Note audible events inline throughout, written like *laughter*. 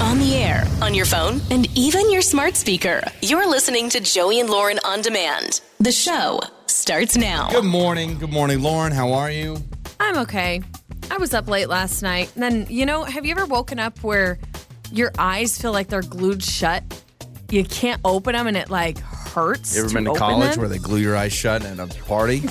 on the air, on your phone, and even your smart speaker. You're listening to Joey and Lauren on demand. The show starts now. Good morning. Good morning, Lauren. How are you? I'm okay. I was up late last night. And then, you know, have you ever woken up where your eyes feel like they're glued shut? You can't open them and it like hurts. You ever been to open college them? where they glue your eyes shut at a party?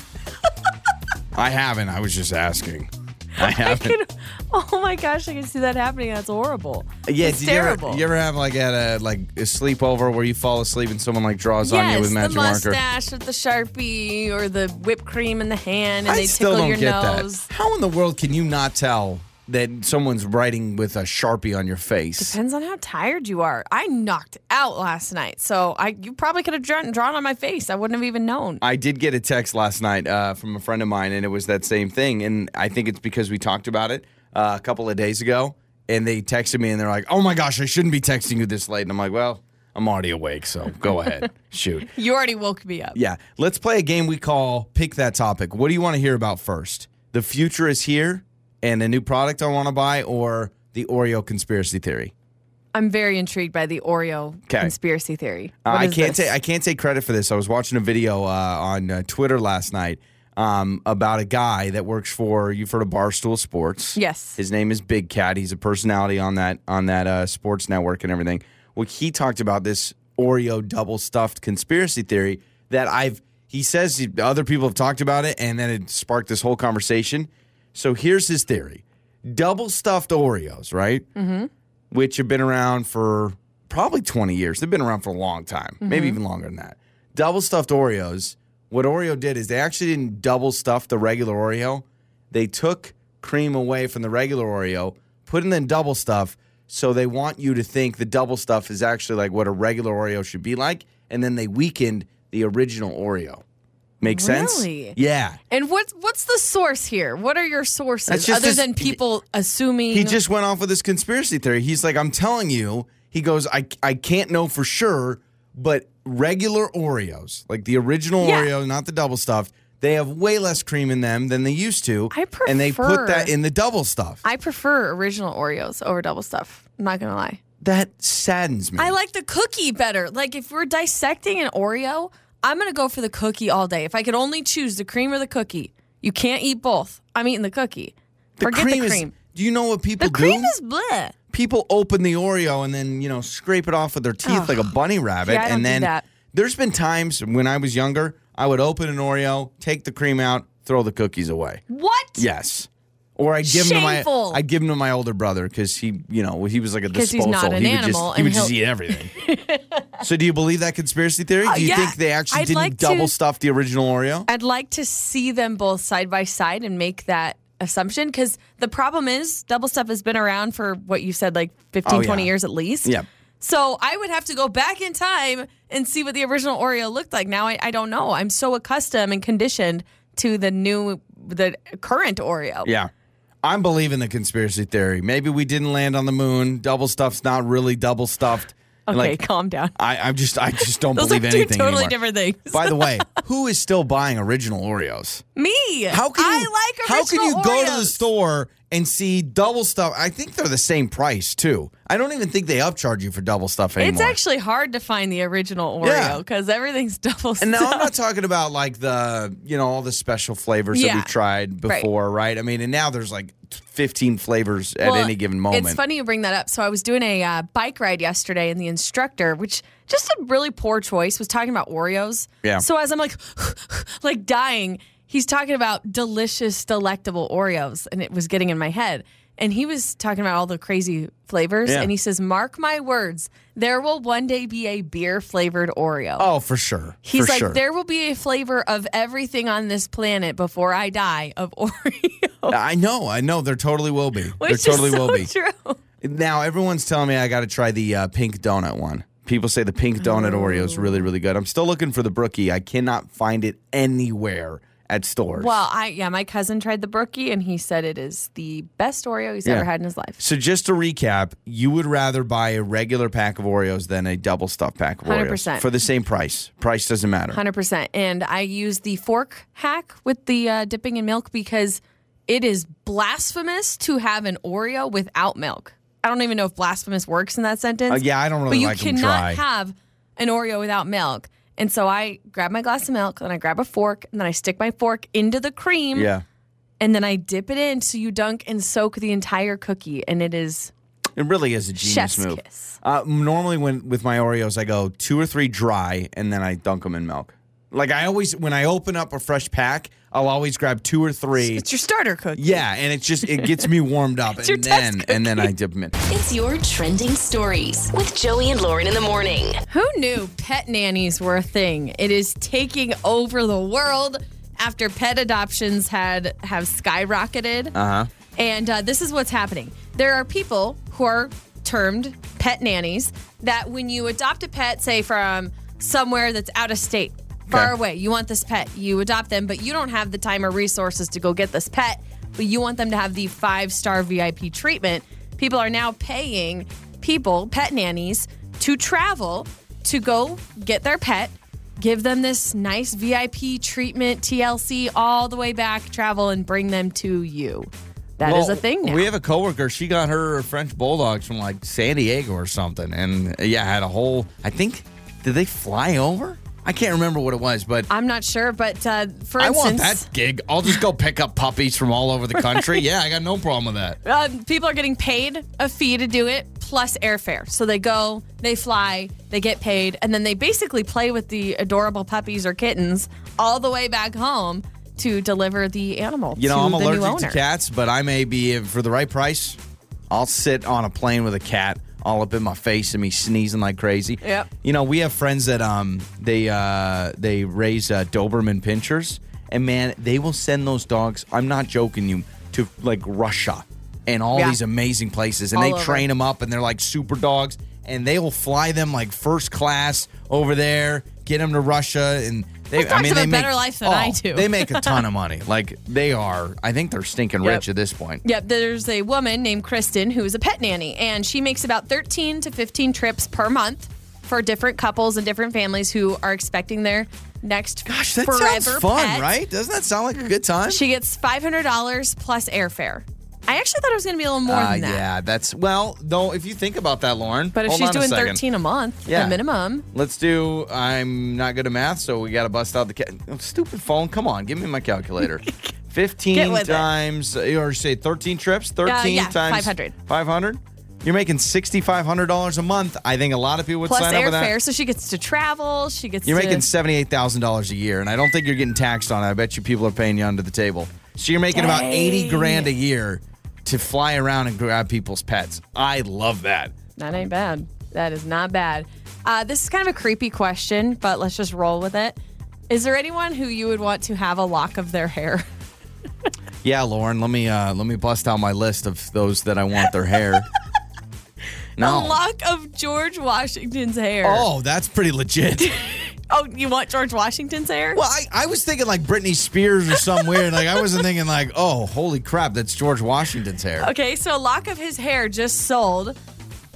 *laughs* I haven't. I was just *laughs* asking. I haven't. Oh my gosh, I can see that happening. That's horrible. yeah, it's did terrible. You ever, you ever have like at a like a sleepover where you fall asleep and someone like draws on you yes, with the magic marker? mustache with the sharpie or the whipped cream in the hand, and I they still tickle don't your get nose. that. How in the world can you not tell that someone's writing with a sharpie on your face? Depends on how tired you are. I knocked out last night, so I you probably could have drawn, drawn on my face. I wouldn't have even known. I did get a text last night uh, from a friend of mine, and it was that same thing. And I think it's because we talked about it uh, a couple of days ago. And they texted me, and they're like, "Oh my gosh, I shouldn't be texting you this late." And I'm like, "Well, I'm already awake, so go ahead, shoot." You already woke me up. Yeah, let's play a game we call "Pick That Topic." What do you want to hear about first? The future is here, and a new product I want to buy, or the Oreo conspiracy theory. I'm very intrigued by the Oreo 'Kay. conspiracy theory. Uh, What I is can't this? take I can't take credit for this. I was watching a video uh, on uh, Twitter last night um, about a guy that works for you've heard of Barstool Sports. Yes. his name is Big Cat. He's a personality on that on that uh, sports network and everything. Well, he talked about this Oreo double stuffed conspiracy theory that I've. He says other people have talked about it, and then it sparked this whole conversation. So here's his theory: double stuffed Oreos, right? which have been around for probably 20 years. They've been around for a long time, maybe even longer than that. Double stuffed Oreos, what Oreo did is they actually didn't double stuff the regular Oreo. They took cream away from the regular Oreo, put in the double stuff, so they want you to think the double stuff is actually like what a regular Oreo should be like, and then they weakened the original Oreo. Make sense? Really? Yeah. And what's what's the source here? What are your That's sources just other his- than people assuming? He just went off with this conspiracy theory. He's like, I'm telling you, he goes, I, I can't know for sure, but regular Oreos, like the original Yeah. Oreo, not the double stuffed, they have way less cream in them than they used to. I And they put prefer- that in the double stuff. I prefer original Oreos over double stuff. I'm not gonna lie. that saddens me. I like the cookie better. Like if we're dissecting an Oreo, I'm gonna go for the cookie all day. If I could only choose the cream or the cookie, you can't eat both. I'm eating the cookie. Forget the is- cream. do you know what people the cream do? is bleh. people open the Oreo and then, you know, scrape it off with their teeth like a bunny rabbit. Yeah, I don't and do then that. there's been times when I was younger, I would open an Oreo, take the cream out, throw the cookies away. What? Yes. Or I'd give him to Shameful. my I'd give him to my older brother because he you know he was like a 'Cause he's disposal. not an he animal would just he would and just he'll- Oh, eat everything. *laughs* so do you believe that conspiracy theory? Do you yeah. think they actually I'd didn't like to- double stuff the original Oreo? I'd like to see them both side by side and make that assumption because the problem is double stuff has been around for what you said like 15 Oh, yeah. 20 years at least Yeah. so i would have to go back in time and see what the original oreo looked like now i, I don't know i'm so accustomed and conditioned to the new the current oreo Yeah. I'm believing the conspiracy theory. Maybe we didn't land on the moon. Double stuff's not really double stuffed. And, okay like, calm down I, I'm just I just don't those are believe two anything. totally anymore. different things By the *laughs* way, who is still buying original Oreos? me How can i you, like how original can you go to the Oreos. store and see double stuff? I think they're the same price too. I don't even think they upcharge you for double stuff anymore. it's actually hard to find the original Yeah. oreo because everything's *laughs* double And now stuffed. I'm not talking about like the you know all the special flavors that Yeah. we've tried Right. before, right. I mean, and now there's like 15 flavors at Well, any given moment. It's funny you bring that up. So I was doing a uh, bike ride yesterday, and the instructor, which just a really poor choice, was talking about Oreos. Yeah. So as I'm like, *laughs* like dying, he's talking about delicious, delectable Oreos, and it was getting in my head. And he was talking about all the crazy flavors, Yeah. and he says, "Mark my words, there will one day be a beer flavored Oreo." Oh, for sure. He's for like, sure. there will be a flavor of everything on this planet before I die of *laughs* Oreo, I know, I know. There totally will be. which there totally is so will be. *laughs* true. Now everyone's telling me I got to try the uh, pink donut one. People say the pink donut Oreo is really, really good. I'm still looking for the brookie. I cannot find it anywhere at stores. Well, I yeah, my cousin tried the brookie and he said it is the best Oreo he's Yeah. ever had in his life. So just to recap, you would rather buy a regular pack of Oreos than a double stuffed pack of Oreos 100%. for the same price. Price doesn't matter. Hundred percent. And I use the fork hack with the uh, dipping in milk because it is blasphemous to have an Oreo without milk. I don't even know if blasphemous works in that sentence. Uh, yeah, I don't really But you like 'em cannot dry. have an Oreo without milk. And so I grab my glass of milk, then I grab a fork, and then I stick my fork into the cream, Yeah. and then I dip it in. So you dunk and soak the entire cookie, and it is It really is a genius Chef's move. kiss. Uh, normally, when with my Oreos, I go two or three dry, and then I dunk them in milk. Like I always, when I open up a fresh pack, I'll always grab two or three. it's your starter cookie. Yeah, and it's just it gets me warmed *laughs* up, your and test then and then I dip *laughs* them in. It's your trending stories with Joey and Lauren in the morning. Who knew pet nannies were a thing? It is taking over the world after pet adoptions had have skyrocketed. Uh-huh. And uh, this is what's happening. There are people who are termed pet nannies that when you adopt a pet, say from somewhere that's out of state, far Okay. away, you want this pet, you adopt them, but you don't have the time or resources to go get this pet, but you want them to have the five star VIP treatment. People are now paying people, pet nannies, to travel to go get their pet, give them this nice VIP treatment, TLC, all the way back, travel, and bring them to you. That is Well, a thing now. We have a coworker. She got her French bulldogs from like San Diego or something, and yeah, had a whole. I think did they fly over? I can't remember what it was, but I'm not sure, but uh, for I want instance, that gig. I'll just go pick up puppies from all *laughs* over the country. Yeah, I got no problem with that. Um, people are getting paid a fee to do it plus airfare. So they go, they fly, they get paid, and then they basically play with the adorable puppies or kittens all the way back home to deliver the animal. You know, to I'm the new allergic owner. to cats, but I may be if for the right price. I'll sit on a plane with a cat all up in my face and me sneezing like crazy. Yep. You know, we have friends that um they uh they raise uh, Doberman pinchers, and man, they will send those dogs. I'm not joking you to like Russia and all Yeah. these amazing places, and All they over. train them up, and they're like super dogs, and they will fly them like first class over there, get them to Russia, and they. Those dogs I mean, have they a make, oh, better life than I do. They make a ton of money. Like they are, I think they're stinking Yep. rich at this point. Yep, there's a woman named Kristen who is a pet nanny, and she makes about 13 to 15 trips per month for different couples and different families who are expecting their next Gosh, that forever sounds fun, pet. right? Doesn't that sound like a good time? She gets $500 plus airfare. I actually thought it was going to be a little more Uh, than that. yeah, that's well. Though, if you think about that, Lauren. But if hold she's on a doing second. 13 a month, Yeah. the minimum. let's do. I'm not good at math, so we got to bust out the ca- oh, stupid phone. Come on, give me my calculator. *laughs* Get Fifteen with it. Uh, times, or say thirteen trips. Thirteen yeah, times 500. Five hundred. You're making sixty five hundred dollars a month. I think a lot of people would Plus sign up for that. airfare, so she gets to travel. She gets You're to, making seventy eight thousand dollars a year, and I don't think you're getting taxed on it. I bet you people are paying you under the table. So you're making about eighty grand a year to fly around and grab people's pets. I love that. That ain't bad. That is not bad. Uh, this is kind of a creepy question, but let's just roll with it. Is there anyone who you would want to have a lock of their hair? *laughs* Yeah, Lauren, let me uh, let me bust out my list of those that I want their *laughs* hair. A No. lock of George Washington's hair. Oh, that's pretty legit. *laughs* Oh, you want George Washington's hair? Well, I, I was thinking like Britney Spears or something weird. Like I wasn't thinking like, oh, holy crap, that's George Washington's hair. Okay, so a lock of his hair just sold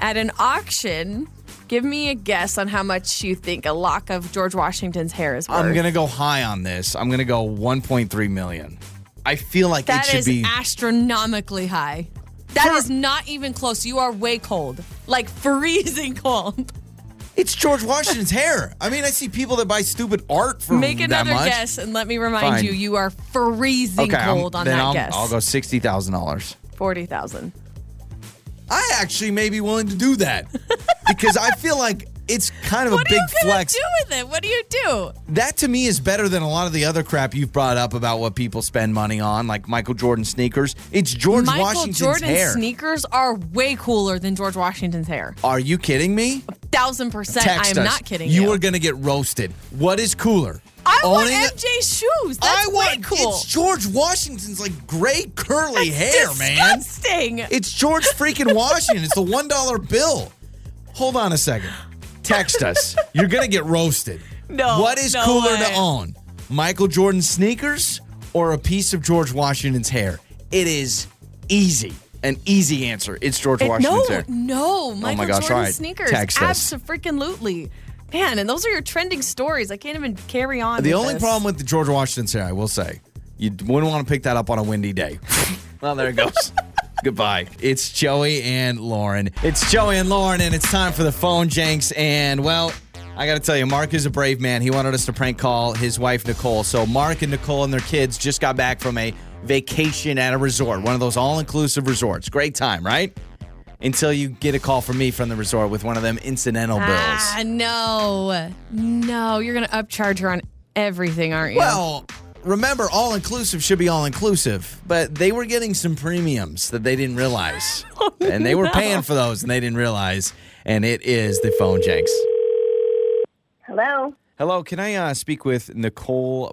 at an auction. Give me a guess on how much you think a lock of George Washington's hair is worth. I'm gonna go high on this. I'm gonna go 1.3 million. I feel like it That should is be astronomically high. That For- is not even close. You are way cold, like freezing cold. *laughs* It's George Washington's hair. I mean, I see people that buy stupid art for Make Hmm, that another much. guess and let me remind Fine. you, you are freezing Okay, I'm- cold on then that I'll, guess. I'll go sixty thousand dollars. Forty thousand. I actually may be willing to do that because I feel like it's kind of a What are big you gonna flex. do with it? What do you do? That to me is better than a lot of the other crap you've brought up about what people spend money on, like Michael Jordan sneakers. It's George Michael Washington's Jordan's hair. sneakers are way cooler than George Washington's hair. Are you kidding me? Thousand percent. I Text am us. not kidding You you. are gonna get roasted. What is cooler? I want Owning a- MJ's shoes. I That's want way cool. it's George Washington's like gray curly hair, man. Disgusting. It's George freaking Washington. It's the one dollar bill. Hold on a second. Text us. You're gonna get roasted. No, What is no cooler way. to own, Michael Jordan sneakers or a piece of George Washington's hair? It is easy. An easy answer. It's George It- Washington's hair. no, no, Michael Oh gosh, all Jordan right. sneakers. Text us. Absolutely. Man, and those are your trending stories. I can't even carry on. The with only this. problem with the *laughs* George Washington's hair, I will say, you wouldn't want to pick that up on a windy day. well, there it goes. Goodbye. It's Joey and Lauren. It's Joey and Lauren, and it's time for the phone janks. And well, I got to tell you, Mark is a brave man. He wanted us to prank call his wife, Nicole. So, Mark and Nicole and their kids just got back from a vacation at a resort, one of those all inclusive resorts. Great time, right? Until you get a call from me from the resort with one of them incidental bills. Ah, no. No, you're going to upcharge her on everything, aren't you? Well, remember, all inclusive should be all inclusive, but they were getting some premiums that they didn't realize. and they were paying for those and they didn't realize. And it is the phone janks. Hello. Hello, can I uh, speak with Nicole?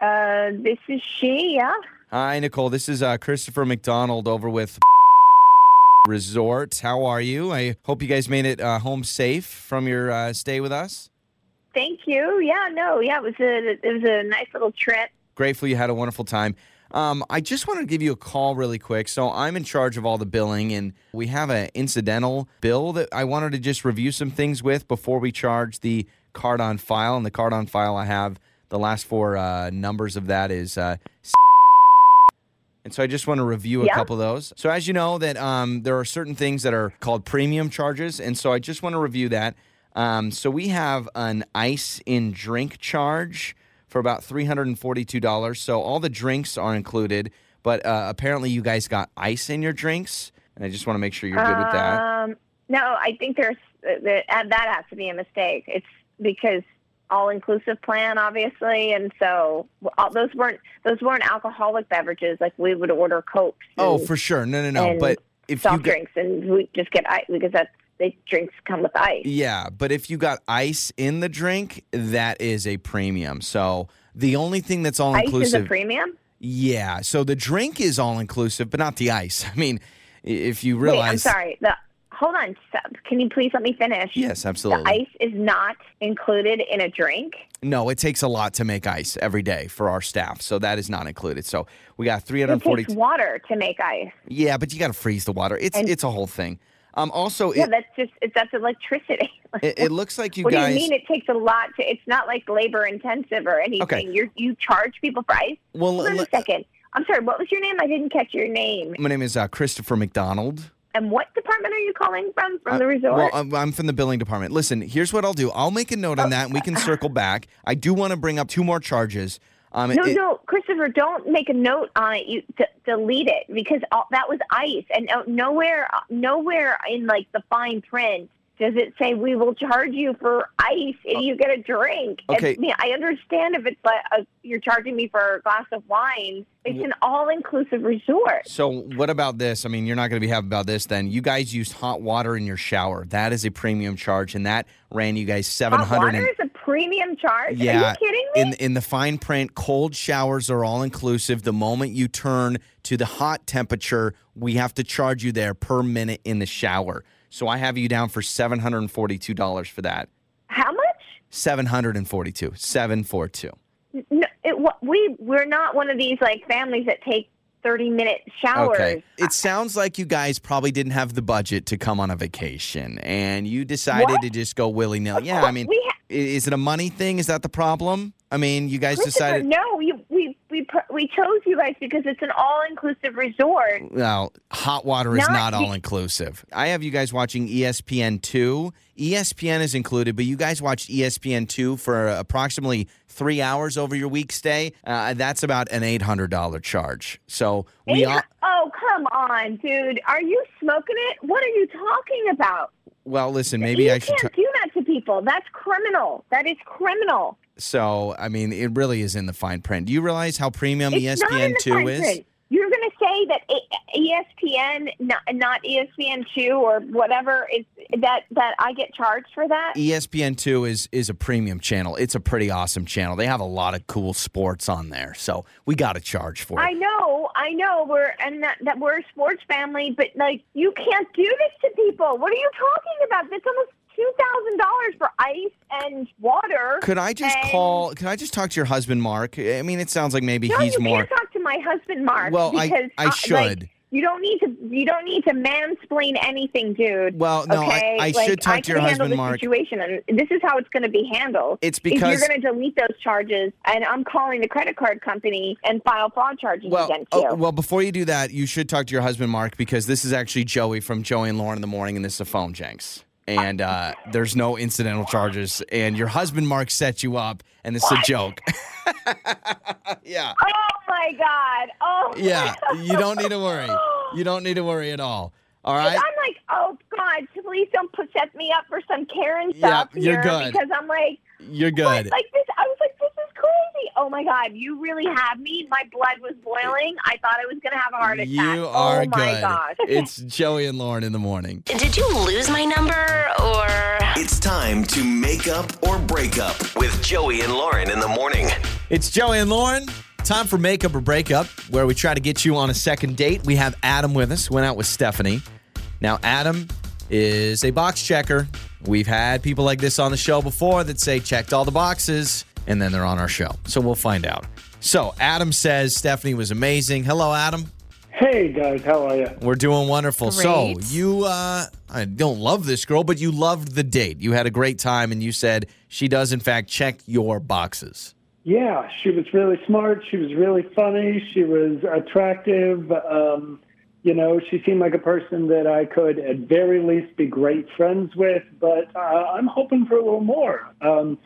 Uh, this is she. Yeah. Hi, Nicole. This is uh, Christopher McDonald over with Resort. How are you? I hope you guys made it uh, home safe from your uh, stay with us. Thank you. Yeah. No. Yeah. It was a it was a nice little trip. Grateful you had a wonderful time. Um, I just wanted to give you a call really quick. So I'm in charge of all the billing, and we have an incidental bill that I wanted to just review some things with before we charge the card on file. And the card on file I have the last four uh, numbers of that is uh, And so I just want to review a Yeah. couple of those. So as you know that um, there are certain things that are called premium charges, and so I just want to review that. Um, so we have an ice in drink charge for about three hundred and forty-two dollars. So all the drinks are included, but uh, apparently you guys got ice in your drinks, and I just want to make sure you're good with that. Um, no, I think there's uh, that that has to be a mistake. It's because all inclusive plan, obviously, and so all, those weren't those weren't alcoholic beverages. Like we would order cokes. And, Oh, for sure. No, no, no. and But if you soft got, drinks, and we just get ice because that's the drinks come with ice. Yeah, but if you got ice in the drink, that is a premium. So the only thing that's all Ice is a inclusive. premium. Yeah. So the drink is all inclusive, but not the ice. *laughs* I mean, i- if you realize. Wait, I'm sorry. The, hold on. so- Can you please let me finish? Yes, The absolutely. ice is not included in a drink. No, it takes a lot to make ice every day for our staff, so that is not included. So we got It 340. takes water to make ice. yeah, but you got to freeze the water. It's And- it's a whole thing. Um. Also, Yeah, it, that's just it, that's electricity. *laughs* it, it looks like you what guys. do you mean? It takes a lot to. It's not like labor intensive or anything. Okay. You you charge people for ice. Well, Hold on le- a second. I'm sorry. What was your name? I didn't catch your name. my name is uh, Christopher McDonald. And what department are you calling from? From Uh, the resort? Well, I'm, I'm from the billing department. Listen, here's what I'll do. I'll make a note on that, and we *laughs* can circle back. I do want to bring up two more charges. Um, no, it- no, Christopher, don't make a note on it. You d- delete it because all, that was ice, and uh, nowhere, nowhere in like the fine print does it say we will charge you for ice if you get a drink. And, Oh. okay. I, mean, I understand if it's like uh, you're charging me for a glass of wine. It's an all-inclusive resort. So what about this? I mean, you're not going to be happy about this. Then you guys used hot water in your shower. That is a premium charge, and that ran you guys seven Hot hundred. water is a premium charge. Yeah, Are you kidding me? in in the fine print, cold showers are all inclusive. The moment you turn to the hot temperature, we have to charge you there per minute in the shower. So I have you down for seven hundred and forty-two dollars for that. How much? Seven hundred and forty-two. Seven four two. No, it, wa- we we're not one of these like families that take thirty-minute showers. Okay. It sounds like you guys probably didn't have the budget to come on a vacation and you decided What? to just go willy nilly. Yeah, I course mean, we ha- i- is it a money thing? Is that the problem? I mean, you guys Christopher, decided. No, we we we pr- we chose you guys because it's an all-inclusive resort. Well, hot water is Not not be- all inclusive. I have you guys watching E ESPN 2. ESPN is included, but you guys E watched ESPN 2 for approximately three hours over your week stay. Uh, that's about an $800 charge. So we Eight- are. oh come on, dude! Are you smoking it? What are you talking about? Well, listen, maybe you I should. can't t- do that to people. That's criminal. That is criminal. So, I mean, it really is in the fine print. Do you realize how premium E It's not in the fine ESPN2 is? print. You're going to say that E- ESPN, not, not E ESPN two or whatever, is that that I get charged for that? E ESPN2 is is a premium channel. It's a pretty awesome channel. They have a lot of cool sports on there. So, we got to charge for I it. know, I know. We're and that, that we're a sports family, but like you can't do this to people. What are you talking about? That's almost two thousand dollars for ice and water. Could I just and- call could I just talk to your husband Mark? I mean, it sounds like maybe No, he's you more can't talk to my husband, Mark. Well, I because uh, I like, should. You don't need to. You don't need to mansplain anything, dude. Well, no, I- okay? I Like, should talk I to your can handle husband, the Mark. Situation, and this is how it's going to be handled. It's if because- you're going to delete those charges, and I'm calling the credit card company and file fraud charges Well, against you. oh, well, before you do that, you should talk to your husband, Mark, because this is actually Joey from Joey and Lauren in the morning, and this is a phone jinx. And uh, there's no incidental charges, and your husband, Mark, set you up, and it's a joke. *laughs* yeah, oh my god. Oh my yeah. You don't *laughs* need to worry. You don't need to worry at all. All right. I'm like, oh God, please don't put, set me up for some Karen Yeah, stuff you're here good. because I'm like, You're what? good. like this. I was like, this is crazy. Oh my God, you really have me. My blood was boiling. I thought I was gonna have a heart attack. You are oh my good. gosh. It's Joey and Lauren in the morning. Did you lose my number or. It's time to make up or break up with Joey and Lauren in the morning. It's Joey and Lauren. Time for Makeup or Breakup, where we try to get you on a second date. We have Adam with us, went out with Stephanie. Now, Adam is a box checker. We've had people like this on the show before that say, checked all the boxes, and then they're on our show. So we'll find out. So, Adam says Stephanie was amazing. Hello, Adam. Hey guys, how are you? We're doing wonderful. So, Great. you, uh, I don't love this girl, but you loved the date. You had a great time, and you said she does, in fact, check your boxes. Yeah, she was really smart. She was really funny. She was attractive. Um, you know, she seemed like a person that I could, at very least, be great friends with. But uh, I'm hoping for a little more. Um,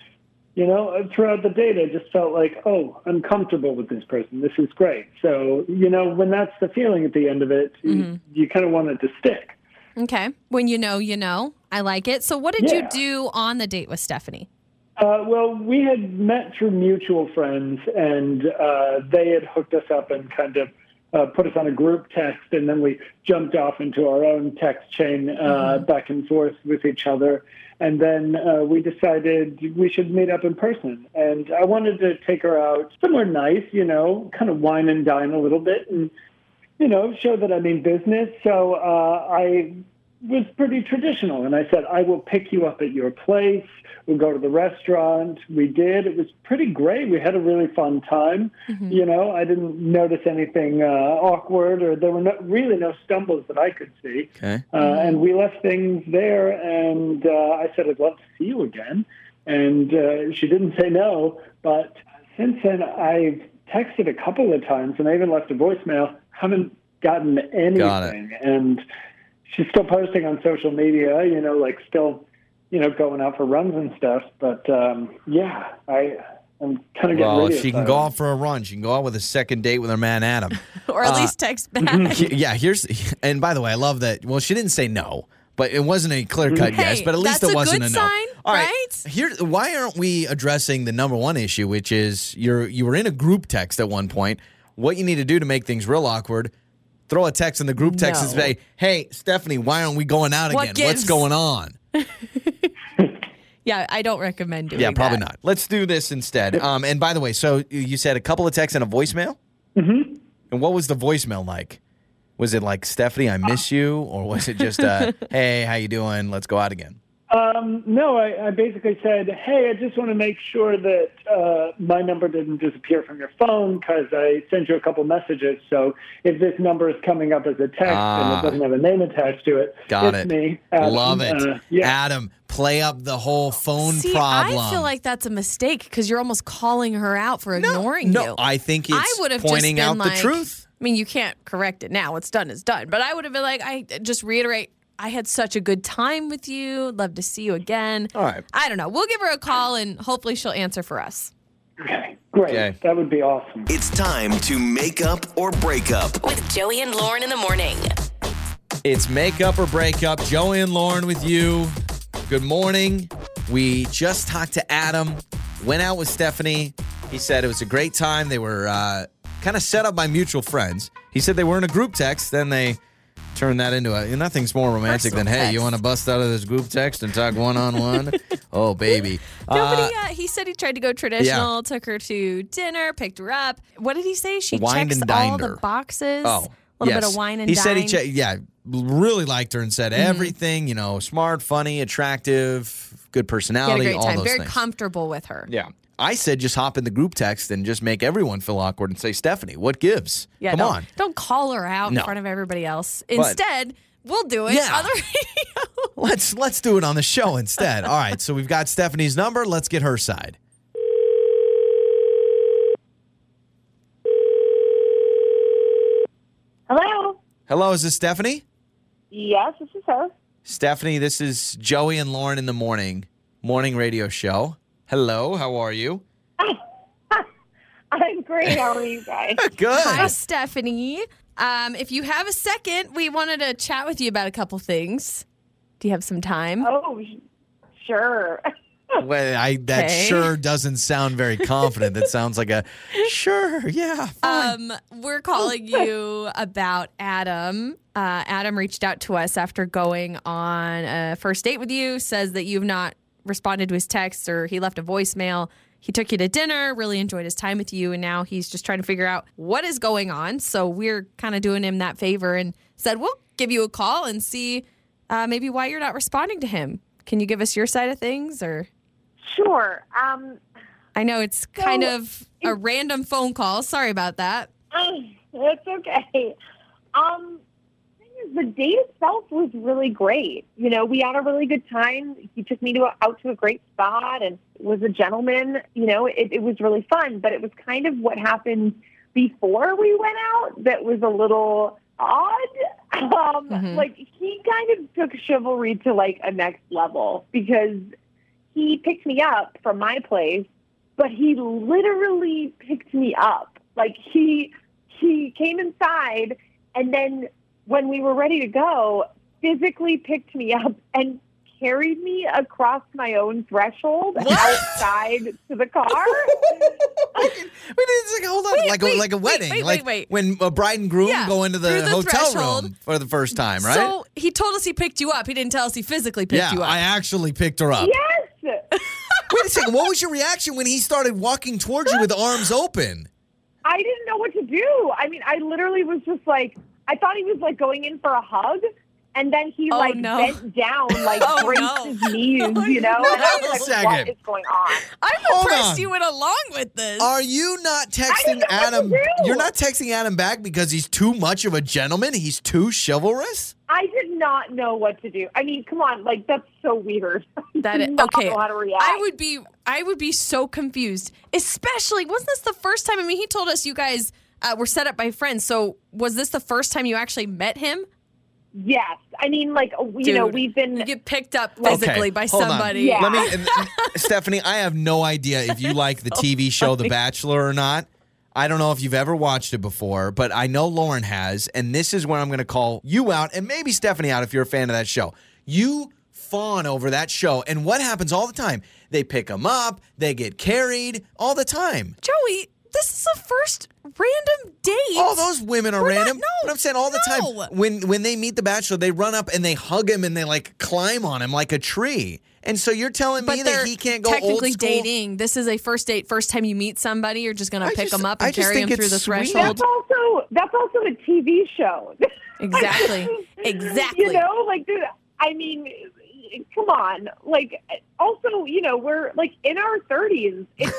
you know, throughout the date, I just felt like, oh, I'm comfortable with this person. This is great. So, you know, when that's the feeling at the end of it, you, you kind of want it to stick. Okay. When you know, you know. I like it. So, what did Yeah. you do on the date with Stephanie? Uh, well, we had met through mutual friends, and uh, they had hooked us up and kind of uh, put us on a group text, and then we jumped off into our own text chain uh, back and forth with each other. And then uh, we decided we should meet up in person. And I wanted to take her out somewhere nice, you know, kind of wine and dine a little bit, and you know, show that I mean business. So uh, I was pretty traditional. And I said, I will pick you up at your place. We'll go to the restaurant. We did. It was pretty great. We had a really fun time. You know, I didn't notice anything uh, awkward or there were no, really no stumbles that I could see. Okay. Uh, Mm-hmm. and we left things there. And uh, I said, I'd love to see you again. And uh, she didn't say no. But since then, I've texted a couple of times and I even left a voicemail. Haven't gotten anything. Got it. And she's still posting on social media, you know, like still, you know, going out for runs and stuff. But um, yeah, I, I'm kind of getting Well, really if she can excited. go out for a run, she can go out with a second date with her man *laughs* Adam. Or Uh, at least text *laughs* back. He- yeah, here's and by the way, I love that. Well, she didn't say no, but it wasn't a clear cut yes. Mm-hmm. Hey, But at least that's it a wasn't good no. sign, All right, right? here. Why aren't we addressing the number one issue, which is you're you were in a group text at one point. What you need to do to make things real awkward. Throw a text in the group text and No. say, "Hey, Stephanie, why aren't we going out What again? What's gives?" going on?" yeah, I don't recommend doing Yeah, probably that. not. Let's do this instead. Um, and by the way, so you- you said a couple of texts and a voicemail. Mm-hmm. And what was the voicemail like? Was it like Stephanie, I miss you, or was it just *laughs* uh, Hey, how you doing? Let's go out again. Um, no, I, I basically said, hey, I just want to make sure that uh, my number didn't disappear from your phone because I sent you a couple messages. So if this number is coming up as a text Ah. and it doesn't have a name attached to it, Got it's it. me. Adam. Love it, Uh, yeah. Adam. Play up the whole phone See, problem. I feel like that's a mistake because you're almost calling her out for ignoring no, you. I think it's I would have pointing just out been the like- truth. I mean, you can't correct it now. What's done is done. But I would have been like, I just reiterate, I had such a good time with you. Love to see you again. All right. I don't know. We'll give her a call and hopefully she'll answer for us. Okay, great. Okay. That would be awesome. It's time to make up or break up With Joey and Lauren in the morning. It's makeup or breakup. Joey and Lauren with you. Good morning. We just talked to Adam, went out with Stephanie. He said it was a great time. They were uh, kind of set up by mutual friends. He said they were in a group text, then they turned that into a nothing's more romantic than, Personal hey, you text. want to bust out of this group text and talk one on one? *laughs* Oh, baby. Uh, Nobody, uh, he said he tried to go traditional, took her to dinner, picked her up. What did he say? She Wine checks and all dined her. the boxes. Oh, A little yes. bit of wine and He said he dine. Mm-hmm. checked. Yeah, really liked her and said everything. You know, smart, funny, attractive, good He had a personality, great all time. those Very things. comfortable with her. yeah. I said just hop in the group text and just make everyone feel awkward and say, Stephanie, what gives? Yeah, Come don't, on. Don't call her out No. in front of everybody else. Instead, we'll do it. Yeah. *laughs* on the radio. Let's let's do it on the show *laughs* instead. All right, so we've got Stephanie's number. Let's get her side. Hello. Hello, is this Stephanie? Yes, this is her. *laughs* Stephanie, this is Joey and Lauren in the morning morning radio show. Hello, how are you? I'm great. How are *laughs* you guys? Good. Hi, Stephanie. Um, if you have a second, we wanted to chat with you about a couple things. Do you have some time? oh, sh- sure. *laughs* Well, I that Okay. sure doesn't sound very confident. that sounds like *laughs* a sure, yeah. Um, we're calling you about Adam. Uh, Adam reached out to us after going on a first date with you, says that you've not responded to his texts or he left a voicemail. He took you to dinner, really enjoyed his time with you, and now he's just trying to figure out what is going on. So we're kind of doing him that favor and said, we'll give you a call and see uh, maybe why you're not responding to him. Can you give us your side of things or? sure. Um, I know it's kind So- of a random phone call. Sorry about that. *sighs* That's okay. Um, thing is, the date itself was really great. You know, we had a really good time. He took me to a, out to a great spot and was a gentleman. You know, it, it was really fun. But it was kind of what happened before we went out that was a little odd. *laughs* Um, Mhm. Like he kind of took chivalry to like a next level because he picked me up from my place, but he literally picked me up. Like he he came inside and then when we were ready to go, physically picked me up and carried me across my own threshold outside to *laughs* the car. *laughs* Wait, it's like, hold on, Wait, like a, wait, like a wait, wedding, wait, like wait, wait. when a bride and groom Yeah, go into through the, the hotel threshold. room for the first time, right? So he told us he picked you up. He didn't tell us he physically picked yeah, you up. I actually picked her up. yes. Wait a second, what was your reaction when he started walking towards you with arms open? I didn't know what to do. I mean, I literally was just like I thought he was like going in for a hug. And then he Oh, like no. bent down, like *laughs* Oh, braced no. Oh, his *laughs* knees, you know. and I No. was like, Second. "What is going on?" I'm Hold impressed on. you went along with this. Are you not don't texting know what to Adam? do. You're not texting Adam back because he's too much of a gentleman. He's too chivalrous. I did not know what to do. I mean, come on, like that's so weird. *laughs* that I did it, not okay. know how to react. I would be I would be so confused. Especially wasn't this the first time? I mean, he told us you guys uh, were set up by friends. So was this the first time you actually met him? Yes, I mean, like uh, you know, Dude, we've been You get picked up Okay, physically by hold on. somebody. Yeah. *laughs* Let me, and- and- Stephanie. I have no idea if you like the Oh TV show The Bachelor or not. I don't know if you've ever watched it before, but I know Lauren has, and this is where I'm going to call you out and maybe Stephanie out if you're a fan of that show. You fawn over that show, and what happens all the time? They pick them up, they get carried all the time. Joey, this is the first random date. All those women are We're not- random. no, but I'm saying all the no. time when when they meet the bachelor, they run up and they hug him and they like climb on him like a tree. And so you're telling but me they're that he can't go technically old school? dating. This is a first date, first time you meet somebody. You're just gonna I pick just- them up I and just carry them think through it's the sweet. threshold. that's also that's also a TV show. *laughs* Exactly. Exactly. You know, like dude, I mean, come on. Like also, you know, we're like in our thirties. *laughs*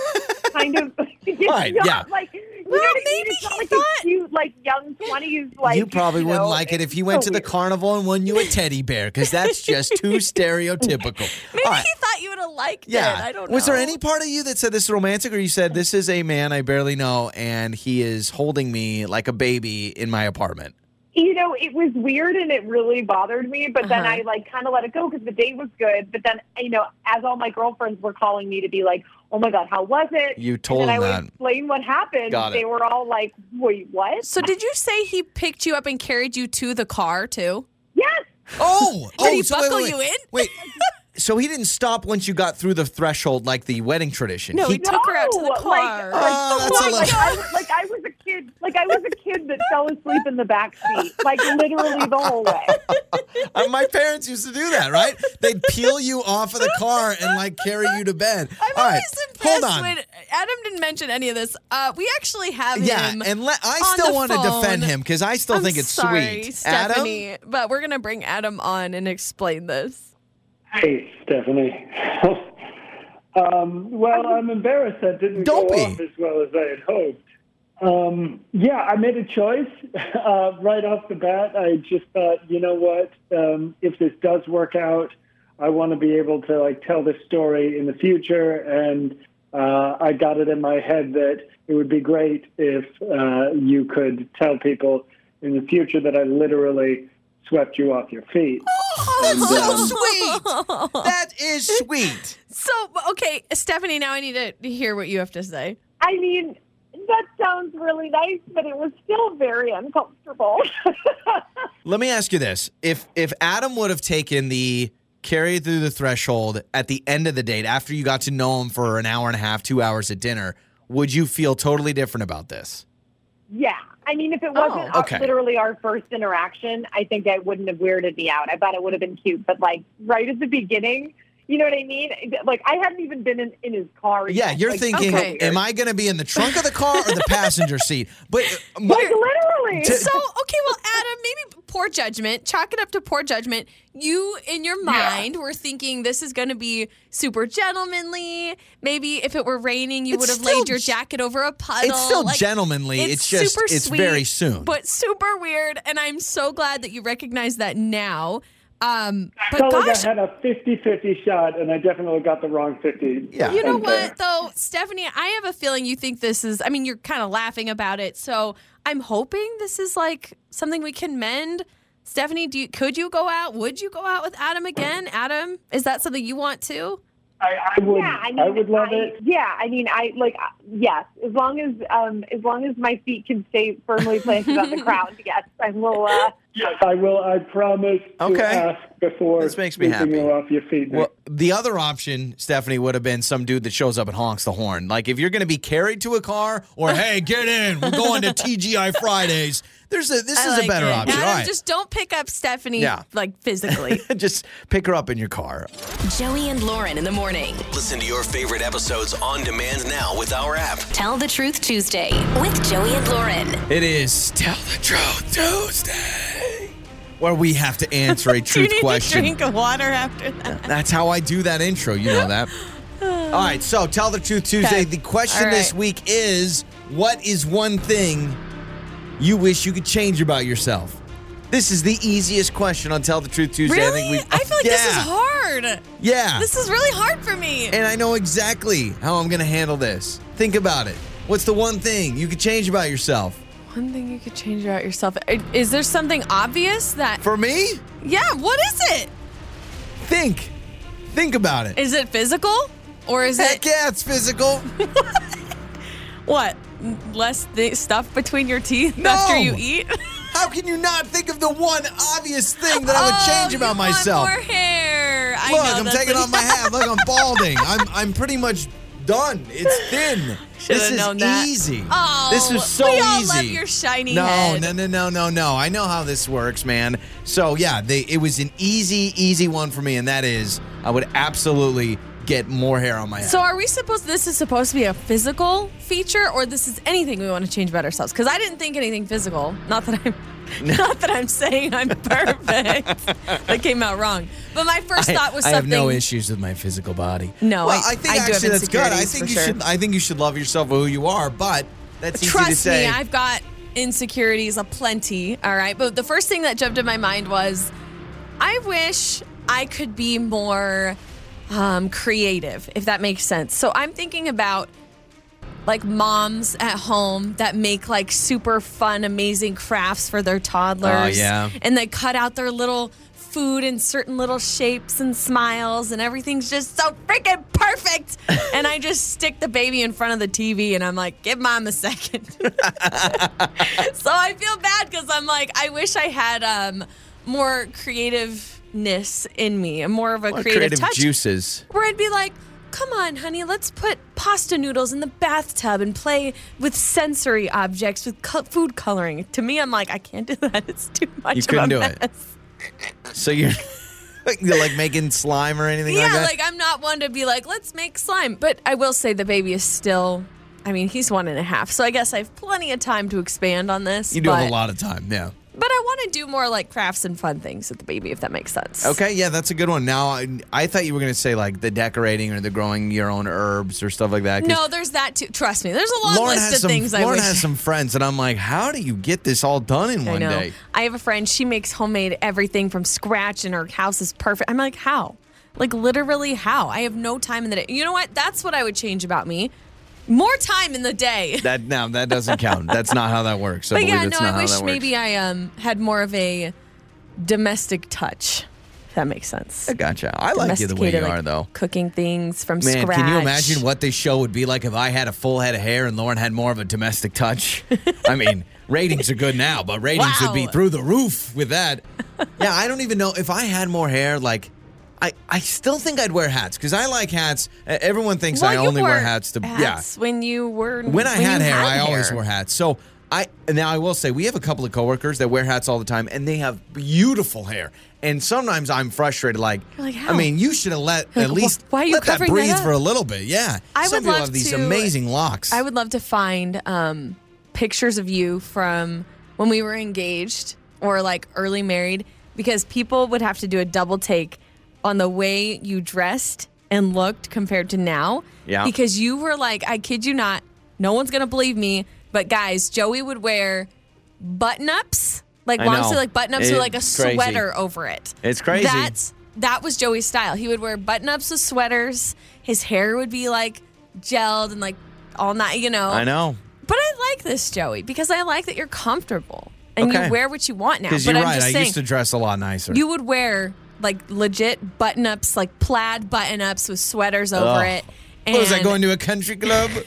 It's kind of *laughs* it's Right, not yeah. *laughs* like you Well, know what I mean? maybe it's not he like thought- a cute like young twenties like you probably wouldn't know, like it if he it's went so to the weird. carnival and won you a teddy bear because that's just *laughs* too stereotypical. Maybe All right. he thought you would have liked yeah. it. I don't know. Was there any part of you that said this is romantic, or you said this is a man I barely know and he is holding me like a baby in my apartment? you know, it was weird and it really bothered me. But then Uh-huh. I like kind of let it go because the date was good. But then, you know, as all my girlfriends were calling me to be like, "Oh my god, how was it?" You told and then him I that. would explain what happened. Got it. They were all like, "Wait, what?" So did you say he picked you up and carried you to the car too? yes, Oh, Did oh, he so wait, buckle wait, you wait. in? Wait, so he didn't stop once you got through the threshold like the wedding tradition. No, he he took her out to the No, like- car. Oh, that's a like, little- I, was- like I was a kid, like I was a kid that fell asleep in the back seat, like literally the whole way. Uh, my parents used to do that, right? They'd peel you off of the car and like carry you to bed. I'm All right, always hold impressed on. when Adam didn't mention any of this. Uh, we actually have yeah, him. and let, I on still the want to defend phone. him because I still I'm think it's sorry, sweet. *laughs* Stephanie, but we're gonna bring Adam on and explain this. Hey, Stephanie. *laughs* um, well, I'm embarrassed that didn't Don't go be. off as well as I had hoped. Um, yeah, I made a choice *laughs* uh, right off the bat. I just thought, you know what? Um, if this does work out, I want to be able to like tell this story in the future. And uh, I got it in my head that it would be great if uh, you could tell people in the future that I literally swept you off your feet. That's so *laughs* um, sweet. That is sweet. So, okay, Stephanie, now I need to hear what you have to say. I mean, that sounds really nice, but it was still very uncomfortable. *laughs* Let me ask you this: if if Adam would have taken the carry through the threshold at the end of the date, after you got to know him for an hour and a half, two hours at dinner, would you feel totally different about this? yeah. I mean, if it wasn't Oh, our- okay. literally our first interaction, I think that wouldn't have weirded me out. I thought it would have been cute, but like right at the beginning, you know what I mean? Like I haven't even been in, in his car. Yeah, yet. you're Like, thinking, okay. am I going to be in the trunk of the car or the passenger seat? But uh, my- Like literally. So, okay, well, Adam, maybe poor judgment. Chalk it up to poor judgment. You, in your mind, were thinking this is going to be super gentlemanly. Maybe if it were raining, you It's would have still laid your jacket over a puddle. it's still gentlemanly. It's, just it's very soon. but super weird. And I'm so glad that you recognize that now. Um, but felt like I gosh, had a 50-50 shot, and I definitely got the wrong 50. Yeah. You know And, uh, what, though, Stephanie, I have a feeling you think this is, I mean, you're kind of laughing about it. So I'm hoping this is like something we can mend. Stephanie, do you, could you go out? Would you go out with Adam again? Adam, is that something you want to? I, I would, yeah, I I, mean, would love I- it. Yeah, I mean, I like uh, yes, as long as um, as long as my feet can stay firmly *laughs* planted on the ground. Yes, I will. Uh, Yes, I will. I promise Okay. to ask before This makes me sweeping happy. you off your feet. Well, the other option, Stephanie, would have been some dude that shows up and honks the horn. Like if you're going to be carried to a car, or hey, get in, we're going to TGI Fridays. There's a this I is like a better it. option. Adam, All right, just don't pick up Stephanie Yeah. like physically. *laughs* *laughs* just pick her up in your car. Joey and Lauren in the morning. Listen to your favorite episodes on demand now with our app. Tell the Truth Tuesday with Joey and Lauren. It is Tell the Truth Tuesday, where we have *laughs* to answer a do you truth need question. to drink of water after that? That's how I do that intro. You know *laughs* that. All right, so Tell the Truth Tuesday. Okay. The question All this right. week is what is one thing you wish you could change about yourself? This is the easiest question on Tell the Truth Tuesday. Really? I, I, think we, feel like this is Yeah, hard. Yeah. This is really hard for me. and I know exactly how I'm going to handle this. Think about it. What's the one thing you could change about yourself? One thing you could change about yourself. Is there something obvious that, For me, yeah, what is it? think. Think about it. Is it physical or is Heck it yeah, it's physical. *laughs* what? Less th- stuff between your teeth No! after you *laughs* eat? How can you not think of the one obvious thing that I would change Oh, about you want myself? more hair. I Look, know I'm that's taking what- off my hat. Look, *laughs* I'm balding. I'm I'm pretty much done. It's thin. *laughs* Should've this is known that. easy. Oh, this was so we easy. all love your shiny no, head. no, no, no, no, no. I know how this works, man. So yeah, they, it was an easy, easy one for me, and that is I would absolutely get more hair on my head. So are we supposed? This is supposed to be a physical feature, or this is anything we want to change about ourselves? Because I didn't think anything physical. Not that *laughs* I'm. Not that I'm saying I'm perfect. *laughs* that came out wrong. But my first I, thought was I have something. no issues with my physical body. No, well, I- I, think I do have actually that's good. I insecurities think for you sure. should. I think you should love yourself for who you are. But that's easy to Trust say. me, I've got insecurities aplenty. All right. But the first thing that jumped in my mind was I wish I could be more um, creative, if that makes sense. So I'm thinking about like moms at home that make like super fun, amazing crafts for their toddlers. Oh, yeah. And they cut out their little food in certain little shapes and smiles, and everything's just so freaking perfect. and I just stick the baby in front of the TV and I'm like, give mom a second. so I feel bad because I'm like, I wish I had um, more creativeness in me and more of a creative, touch juices. where I'd be like, come on, honey, let's put pasta noodles in the bathtub and play with sensory objects with co- food coloring. To me, I'm like, I can't do that. It's too much. You of couldn't a do it. mess." So you're, *laughs* you're like making slime or anything like Yeah, that? like I'm not one to be like, let's make slime. But I will say the baby is still. I mean, he's one and a half, so I guess I have plenty of time to expand on this. you do have but- a lot of time, yeah. But I want to do more like crafts and fun things with the baby, if that makes sense. Okay, yeah, that's a good one. Now, I, I thought you were going to say like the decorating or the growing your own herbs or stuff like that. 'cause No, there's that too. Trust me, there's a long Lauren list has of some. things I Lauren wish. has some friends, and I'm like, how do you get this all done in I one know. day? I have a friend. She makes homemade everything from scratch, and her house is perfect. I'm like, how? Like literally, how? I have no time in the day. You know what? That's what I would change about me. More time in the *laughs* day. That no, that doesn't count. That's not how that works. I But believe yeah, no, that's not I how wish that works. maybe I um had more of a domestic touch. If that makes sense. Gotcha. I like you the way you Domesticated, are, like, though. Cooking things from Man, scratch. can you imagine what this show would be like if I had a full head of hair and Lauren had more of a domestic touch? *laughs* I mean, ratings are good now, but ratings would be Wow. through the roof with that. Yeah, I don't even know if I had more hair. Like, I I still think I'd wear hats because I like hats. Uh, Everyone thinks Well, I you only wear wore hats to hats When you were yeah. When I had you hair, I always hair. wore hats. So. I now I will say we have a couple of coworkers that wear hats all the time and they have beautiful hair. And sometimes I'm frustrated like, You're like, I how? mean, you should have let Like, at wh- least why are you let that covering that breathe up? for a little bit. Yeah, I some would people love have these to- amazing locks. I would love to find um, pictures of you from when we were engaged or like early married because people would have to do a double take on the way you dressed and looked compared to now. Yeah. Because you were like, I kid you not, no one's going to believe me, but guys, Joey would wear button ups, like I long know. sleeve, like button ups with like a It's crazy. sweater over it. It's crazy. That's that was Joey's style. He would wear button ups with sweaters. His hair would be like gelled and like all night, you know. I know But I like this, Joey, because I like that you're comfortable and Okay. you wear what you want now. But because you're I'm right. just I saying, used to dress a lot nicer. you would wear like legit button ups, like plaid button ups with sweaters over Ugh. it. And what, was I going to a country club? *laughs*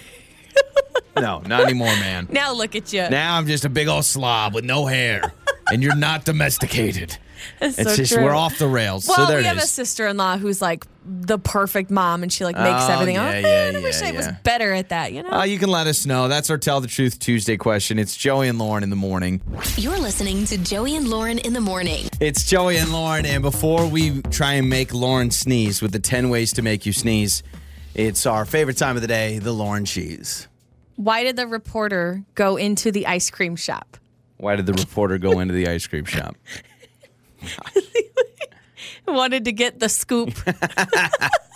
no, not anymore, man. *laughs* Now look at you. *laughs* Now I'm just a big old slob with no hair, and you're not domesticated. That's it's *laughs* so just true. we're off the rails. Well, so there we it have a is. sister-in-law who's like the perfect mom, and she like makes Oh, everything. yeah, oh, yeah, man, I wish yeah, I was yeah. better at that. You know. Uh, you can let us know. That's our Tell the Truth Tuesday question. It's Joey and Lauren in the morning. You're listening to Joey and Lauren in the morning. It's Joey and Lauren, and before we try and make Lauren sneeze with the 10 ways to make you sneeze, it's our favorite time of the day, the Lauren cheese. Why did the reporter go into the ice cream shop? Why did the reporter go into the ice cream shop? Wanted to get the scoop.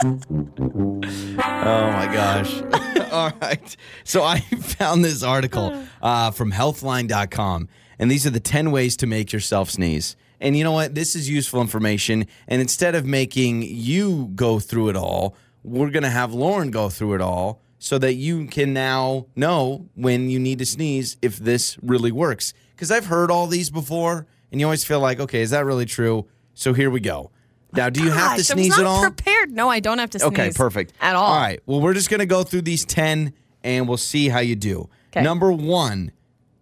Oh my gosh. *laughs* All right. So I found this article uh, from healthline.com, and these are the 10 ways to make yourself sneeze. And you know what? This is useful information. And instead of making you go through it all, we're going to have Lauren go through it all so that you can now know when you need to sneeze if this really works. Because I've heard all these before, and you always feel like, okay, is that really true? So here we go. Now, do you have to Oh Gosh, sneeze I was at not all? Prepared? No, I don't have to sneeze. Okay, perfect. At all. All right. Well, we're just going to go through these 10 and we'll see how you do. 'Kay. Number one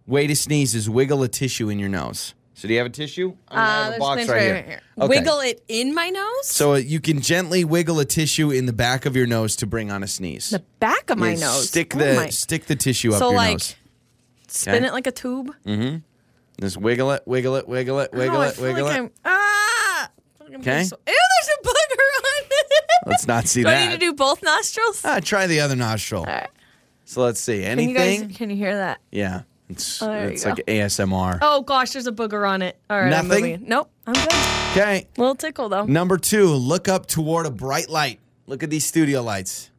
way to sneeze is wiggle a tissue in your nose. So, do you have a tissue? I'm gonna Uh, have a there's box things right, right here. here. Okay. Wiggle it in my nose. So, uh, you can gently wiggle a tissue in the back of your nose to bring on a sneeze. the back of my Yeah, nose. Stick Oh the my- stick the tissue up so your like nose. spin Okay. it like a tube. Just wiggle it, wiggle it, wiggle it, wiggle oh, I it, feel wiggle like it. I'm, ah. I feel like I'm Okay. being So, ew, there's a booger on it. *laughs* Let's not see do I that. need to do both nostrils? Ah, try the other nostril. right. So let's see. can Anything? you guys? *laughs* Can you hear that? yeah. It's there you it's go. like ASMR. Oh gosh, there's a booger on it. All right, I'm Nothing? moving. Nope, I'm good. Okay. Little tickle though. Number two, look up toward a bright light. Look at these studio lights.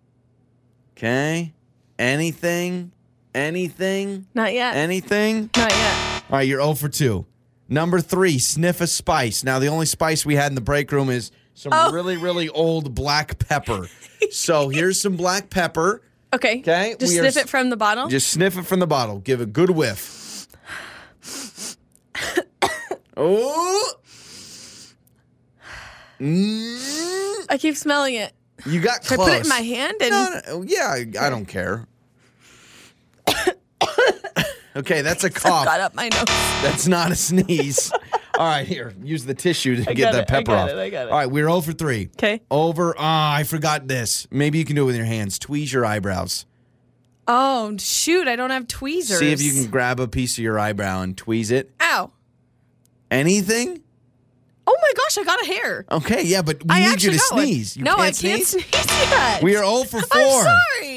Okay. Anything? Anything? Not yet. Anything? Not yet. All right, you're 0 for 2. Number three, sniff a spice. Now, the only spice we had in the break room is some Oh. really, really old black pepper. so here's some black pepper. Okay. Okay, Just we are sniff s- it from the bottle. Just sniff it from the bottle. Give a good whiff. *coughs* oh. Mm. I keep smelling it. You got Should close. I put it in my hand and No, no, yeah, I- I don't *coughs* care. okay, that's a cough. got up my nose? That's not a sneeze. All right, here, use the tissue to get got that it, I pepper got off. it, I got it. All right, we're 0 for 3. 'Kay. Over. Ah, I forgot this. Maybe you can do it with your hands. Tweeze your eyebrows. Oh shoot! I don't have tweezers. See if you can grab a piece of your eyebrow and tweeze it. Ow! Anything? Oh my gosh! I got a hair. Okay, yeah, but we I need you to actually got one. sneeze. You no, can't I can't sneeze? sneeze *laughs* yet. We are 0 for 4. I'm sorry.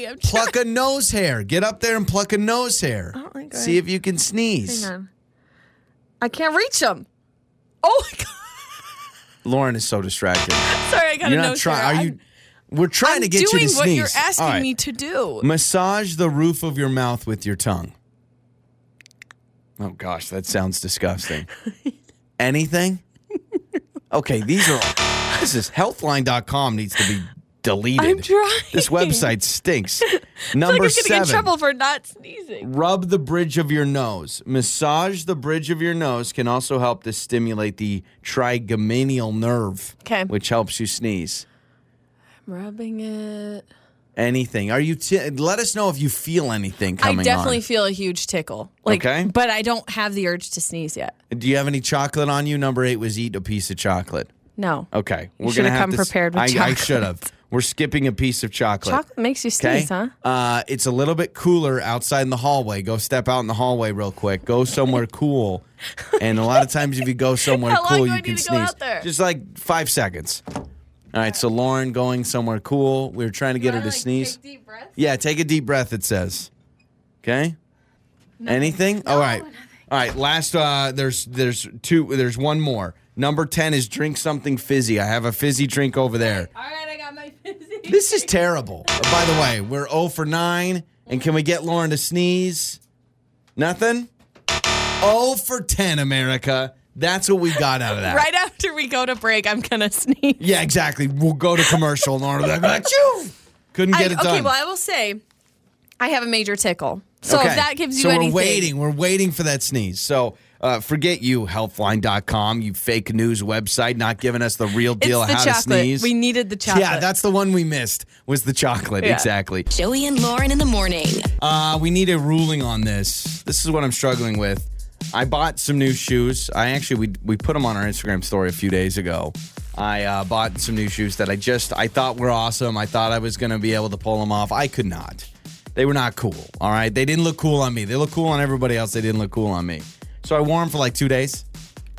I'm trying. Pluck a nose hair. Get up there and pluck a nose hair. don't think I- See if you can sneeze. Hang on. I can't reach him. Oh my *laughs* Lauren is so distracted. god! Sorry, *laughs* I got You're a not note trying. here. Are I'm- you? We're trying I'm to get doing you to what sneeze. you're asking All right. me to do. Massage the roof of your mouth with your tongue. Oh gosh, that sounds *laughs* disgusting. Anything? Okay, these are this is healthline.com needs to be deleted. I'm trying. This website *laughs* stinks. I feel like I'm Number gonna get in seven. trouble for not sneezing. Rub the bridge of your nose. Massage the bridge of your nose can also help to stimulate the trigeminal nerve, Okay. which helps you sneeze. I'm rubbing it. Anything? Are you? T- let us know if you feel anything coming I definitely on. feel a huge tickle. Like, Okay. But I don't have the urge to sneeze yet. Do you have any chocolate on you? Number eight was eat a piece of chocolate. No. Okay, we're should gonna have have come to s- prepared with I, I chocolate. should have. We're skipping a piece of chocolate. Chocolate makes you sneeze, huh? Uh, it's a little bit cooler outside in the hallway. Go step out in the hallway real quick. Go *laughs* somewhere cool. And a lot of times, if you go somewhere How long cool, do I you need can to go out sneeze. there? Just like five seconds. All right. So Lauren going somewhere cool. We were trying to get her to sneeze. deep breaths. Yeah, take a deep breath. It says. Okay. Anything? All right. All right. Last. Uh, there's there's two. There's one more. Number ten is drink something fizzy. I have a fizzy drink over there. All right, I got my fizzy. *laughs* This is terrible. Uh, By the way, we're 0 for 9. And can we get Lauren to sneeze? Nothing? 0 for 10, America. That's what we got out of that. Right after we go to break, I'm gonna *laughs* sneeze. Yeah, exactly. We'll go to commercial. and Lauren will be like, "Achoo!" Couldn't I- get it okay, done. well, I will say, I have a major tickle. So Okay. if that gives you so anything, we're waiting. We're waiting for that sneeze. So uh, forget you, healthline.com, you fake news website, not giving us the real it's deal the of how chocolate. to sneeze. We needed the chocolate. Yeah, that's the one we missed was the chocolate. Yeah. Exactly. Joey and Lauren in the morning. Uh, we need a ruling on this. This is what I'm struggling with. I bought some new shoes. I actually we we put them on our Instagram story a few days ago. I uh, bought some new shoes that I just I thought were awesome. I thought I was gonna be able to pull them off. I could not. They were not cool. All right, they didn't look cool on me. They look cool on everybody else. They didn't look cool on me. So I wore them for like two days,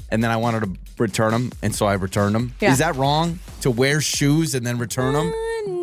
and then I wanted to return them, and so I returned them. Yeah. Is that wrong to wear shoes and then return them?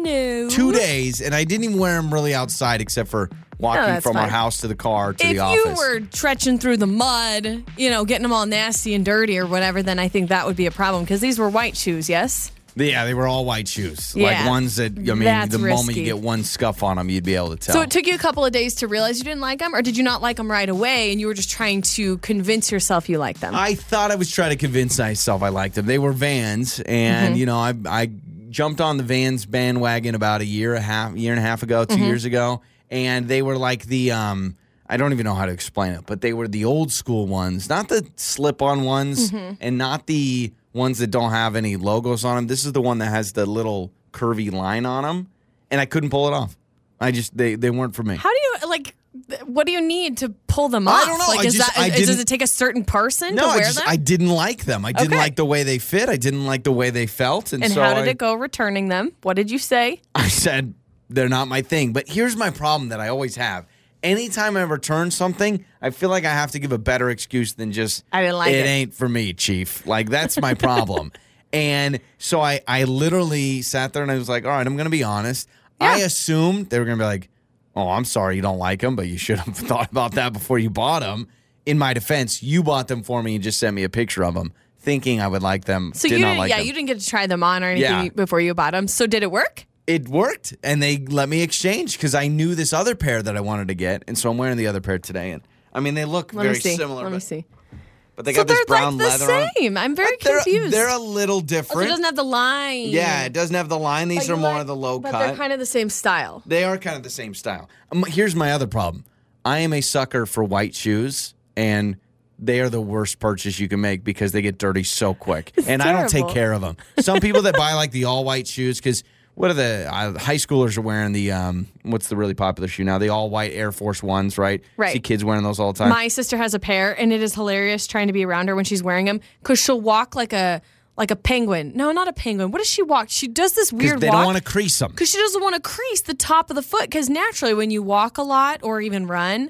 no. two days, and I didn't even wear them really outside except for walking that's from our fine. house to the car to if the you office. were tretching through the mud, you know, getting them all nasty and dirty or whatever, then I think that would be a problem because these were white shoes, yes? yeah, they were all white shoes, like Yeah. ones that I mean, That's the moment you risky. get one scuff on them, you'd be able to tell. So it took you a couple of days to realize you didn't like them, or did you not like them right away and you were just trying to convince yourself you like them? I thought I was trying to convince myself I liked them. They were Vans, Mm-hmm. and you know, I I jumped on the Vans bandwagon about a year a half, year and a half ago, 2 Mm-hmm. years ago, and they were like the um. I don't even know how to explain it, but they were the old school ones, not the slip-on ones, Mm-hmm. and not the ones that don't have any logos on them. This is the one that has the little curvy line on them, and I couldn't pull it off. I just they they weren't for me. How do you like? th- What do you need to pull them I off? don't know. Like, I is just- that- I is- does didn't- it take a certain person to no, wear I just them? I didn't like them. I didn't Okay. like the way they fit. I didn't like the way they felt. And, and so how did I, it go returning them? What did you say? I said they're not my thing. But here's my problem that I always have. Anytime I return something, I feel like I have to give a better excuse than just I didn't like it." ain't for me, chief. Like that's my *laughs* problem. and so I I literally sat there and I was like, "All right, I'm going to be honest. I assumed they were going to be like, "Oh, I'm sorry you don't like them, but you should have *laughs* thought about that before you bought them." In my defense, you bought them for me and just sent me a picture of them, thinking I would like them. So did you not didn't, like yeah, them. you didn't get to try them on or anything Yeah. you- before you bought them. So did it work? it worked and they let me exchange because I knew this other pair that I wanted to get. And so I'm wearing the other pair today. And I mean, they look Let very me see. similar. Let me but, see. but they So got this they're brown like leather on. the same. I'm very They're, confused. they're a little Oh, so it different. doesn't have the line. yeah, it doesn't have the line. These are more of the low but cut. they're kind of the same style. They are kind of the same style. Um, here's my other problem. I am a sucker for white shoes, and they are the worst purchase you can make because they get dirty so quick, and I don't take terrible. care of them. Some people that buy like the all white shoes because what are the uh, high schoolers are wearing the um what's the really popular shoe now the all white Air Force ones right? Right. See kids wearing those all the time. My sister has a pair, and it is hilarious trying to be around her when she's wearing them because she'll walk like a like a penguin. No, not a penguin. What does she walk? She does this 'Cause weird they walk. don't want to crease them. because she doesn't want to crease the top of the foot. Because naturally, when you walk a lot or even run,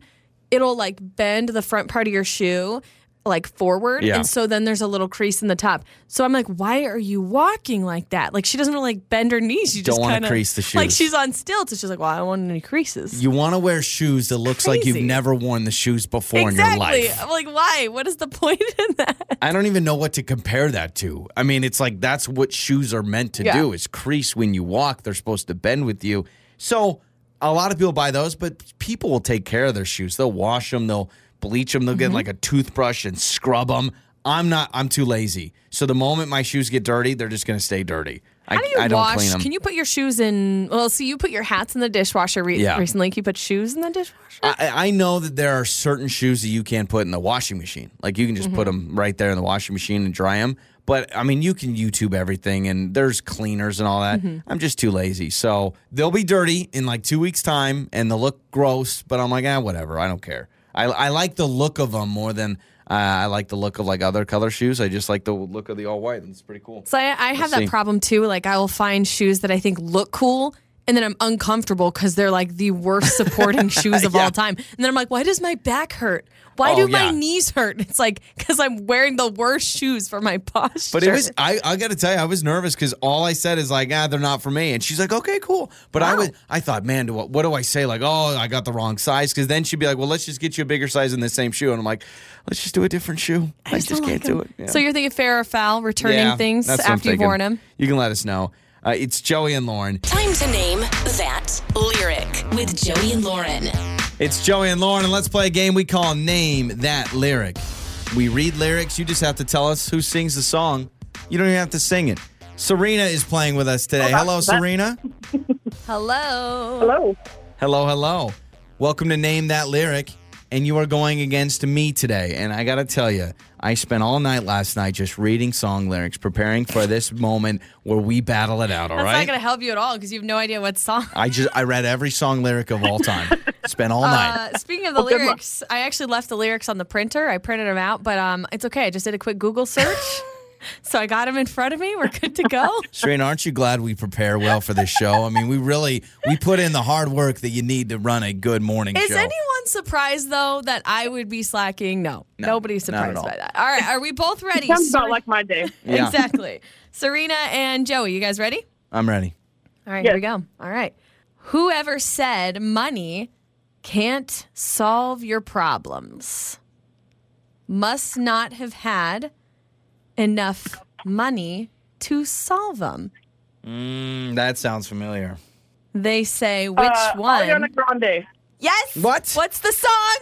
it'll like bend the front part of your shoe. like forward Yeah. and so then there's a little crease in the top so i'm like why are you walking like that like she doesn't really like bend her knees you Don't just wanna kinda- crease the like shoes. she's on stilts and she's like well i don't want any creases You want to wear shoes that looks like you've Crazy. never worn the shoes before in your exactly life. i'm like why what is the *laughs* point in that I don't even know what to compare that to. I mean, it's like that's what shoes are meant to Yeah. do is crease when you walk. They're supposed to bend with you. So a lot of people buy those, but people will take care of their shoes. They'll wash them. They'll bleach them. They'll Mm-hmm. get like a toothbrush and scrub them. I'm not. I'm too lazy. So the moment my shoes get dirty, they're just gonna stay dirty. I, how do you I don't wash clean them. can you put your shoes in well see you put your hats in the dishwasher re- Yeah. recently can you put shoes in the dishwasher I, I know that there are certain shoes that you can't put in the washing machine. Like you can just put 'em put them right there in the washing machine and dry them. But I mean, you can YouTube everything, and there's cleaners and all that. I'm just too lazy, so they'll be dirty in like two weeks' time, and they'll look gross. But I'm like, ah, whatever. I don't care. I, I like the look of them more than uh, I like the look of like other color shoes. I just like the look of the all white, and it's pretty cool. So I, I have that see. problem too. Like I will find shoes that I think look cool. And then I'm uncomfortable because they're like the *laughs* worst supporting shoes of all time. And then I'm like, why does my back hurt? Why Oh, do my yeah. knees hurt? It's like *laughs* because I'm wearing the worst shoes for my *laughs* posture. But it was I, I gotta tell you, I was nervous because all I said is like, ah, they're not for me. And she's like, okay, cool. But I was I thought, man, do what, what do I say? Like, oh, I got the wrong size. Cause then she'd be like, Well, let's just get you a bigger size in the same shoe. And I'm like, let's just do a different shoe. I, just, don't can't like 'em. do it. Yeah. So you're thinking fair or foul, returning Yeah, things that's what I'm after you've thinking. worn them. You can let us know. Uh, it's Joey and Lauren. Time to name that lyric with Joey and Lauren. It's Joey and Lauren, and let's play a game we call Name That Lyric. We read lyrics, you just have to tell us who sings the song. You don't even have to sing it. Serena is playing with us today. Hello, Serena. Hello. Hello. Hello, hello. Welcome to Name That Lyric. And you are going against me today. And I got to tell you, I spent all night last night just reading song lyrics, preparing for this moment where we battle it out, all That's right? not going to help you at all because you have no idea what song. I just I read every song lyric of all *laughs* time. spent all night. Uh, *laughs* speaking of the lyrics, I actually left the lyrics on the printer. I printed them out, but um, it's okay. I just did a *laughs* quick Google search. so I got them in front of me. We're good to go. Serena, aren't you glad we prepare well for this show? I mean, we really we put in the hard work that you need to run a good morning Is show. anyone surprised, though, that I would be slacking? No. Nobody's not at surprised all. by that. All right. Are we both ready? Sounds about Ser- like my day. Yeah. Exactly. Serena and Joey, you guys ready? I'm ready. All right. Here we go. All right. Whoever said money can't solve your problems must not have had enough money to solve them. Mm, that sounds familiar. They say which Uh, one? Ariana Grande. yes. What? What's the song?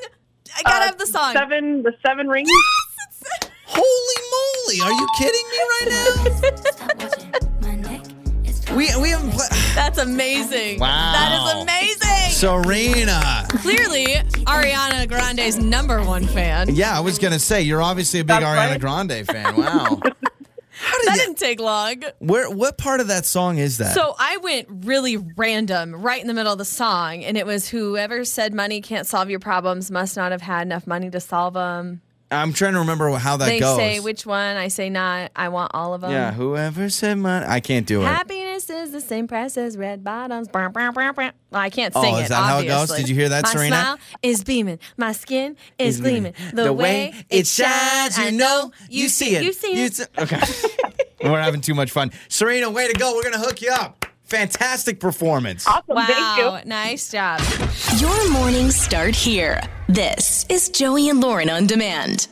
I gotta Uh, have the song. Seven, the seven rings. Holy moly, are you kidding me right now? We we haven't played That's amazing. Wow. That is amazing. Serena. Clearly, Ariana Grande's number one fan. Yeah, I was gonna say you're obviously a big Ariana right. Grande fan. Wow. That didn't take long. Where what part of that song is that? So I went really random right in the middle of the song, and it was whoever said money can't solve your problems must not have had enough money to solve them. I'm trying to remember how that They goes. say um, which one. I say not. I want all of them. yeah, whoever said my I can't do it. Happiness is the same price as red bottoms. Brr, brr, brr, brr. Well, I can't Oh, sing is it. that how it goes? obviously. Did you hear that, My Serena? smile is beaming. My skin is Is gleaming. gleaming. The, way, it shines, I know you see it. You You see it. Okay. *laughs* We're having too much fun. Serena, way to go. We're gonna hook you up. Fantastic performance. Awesome. Wow! Thank you. Nice job. Your mornings start here. This is Joey and Lauren on demand.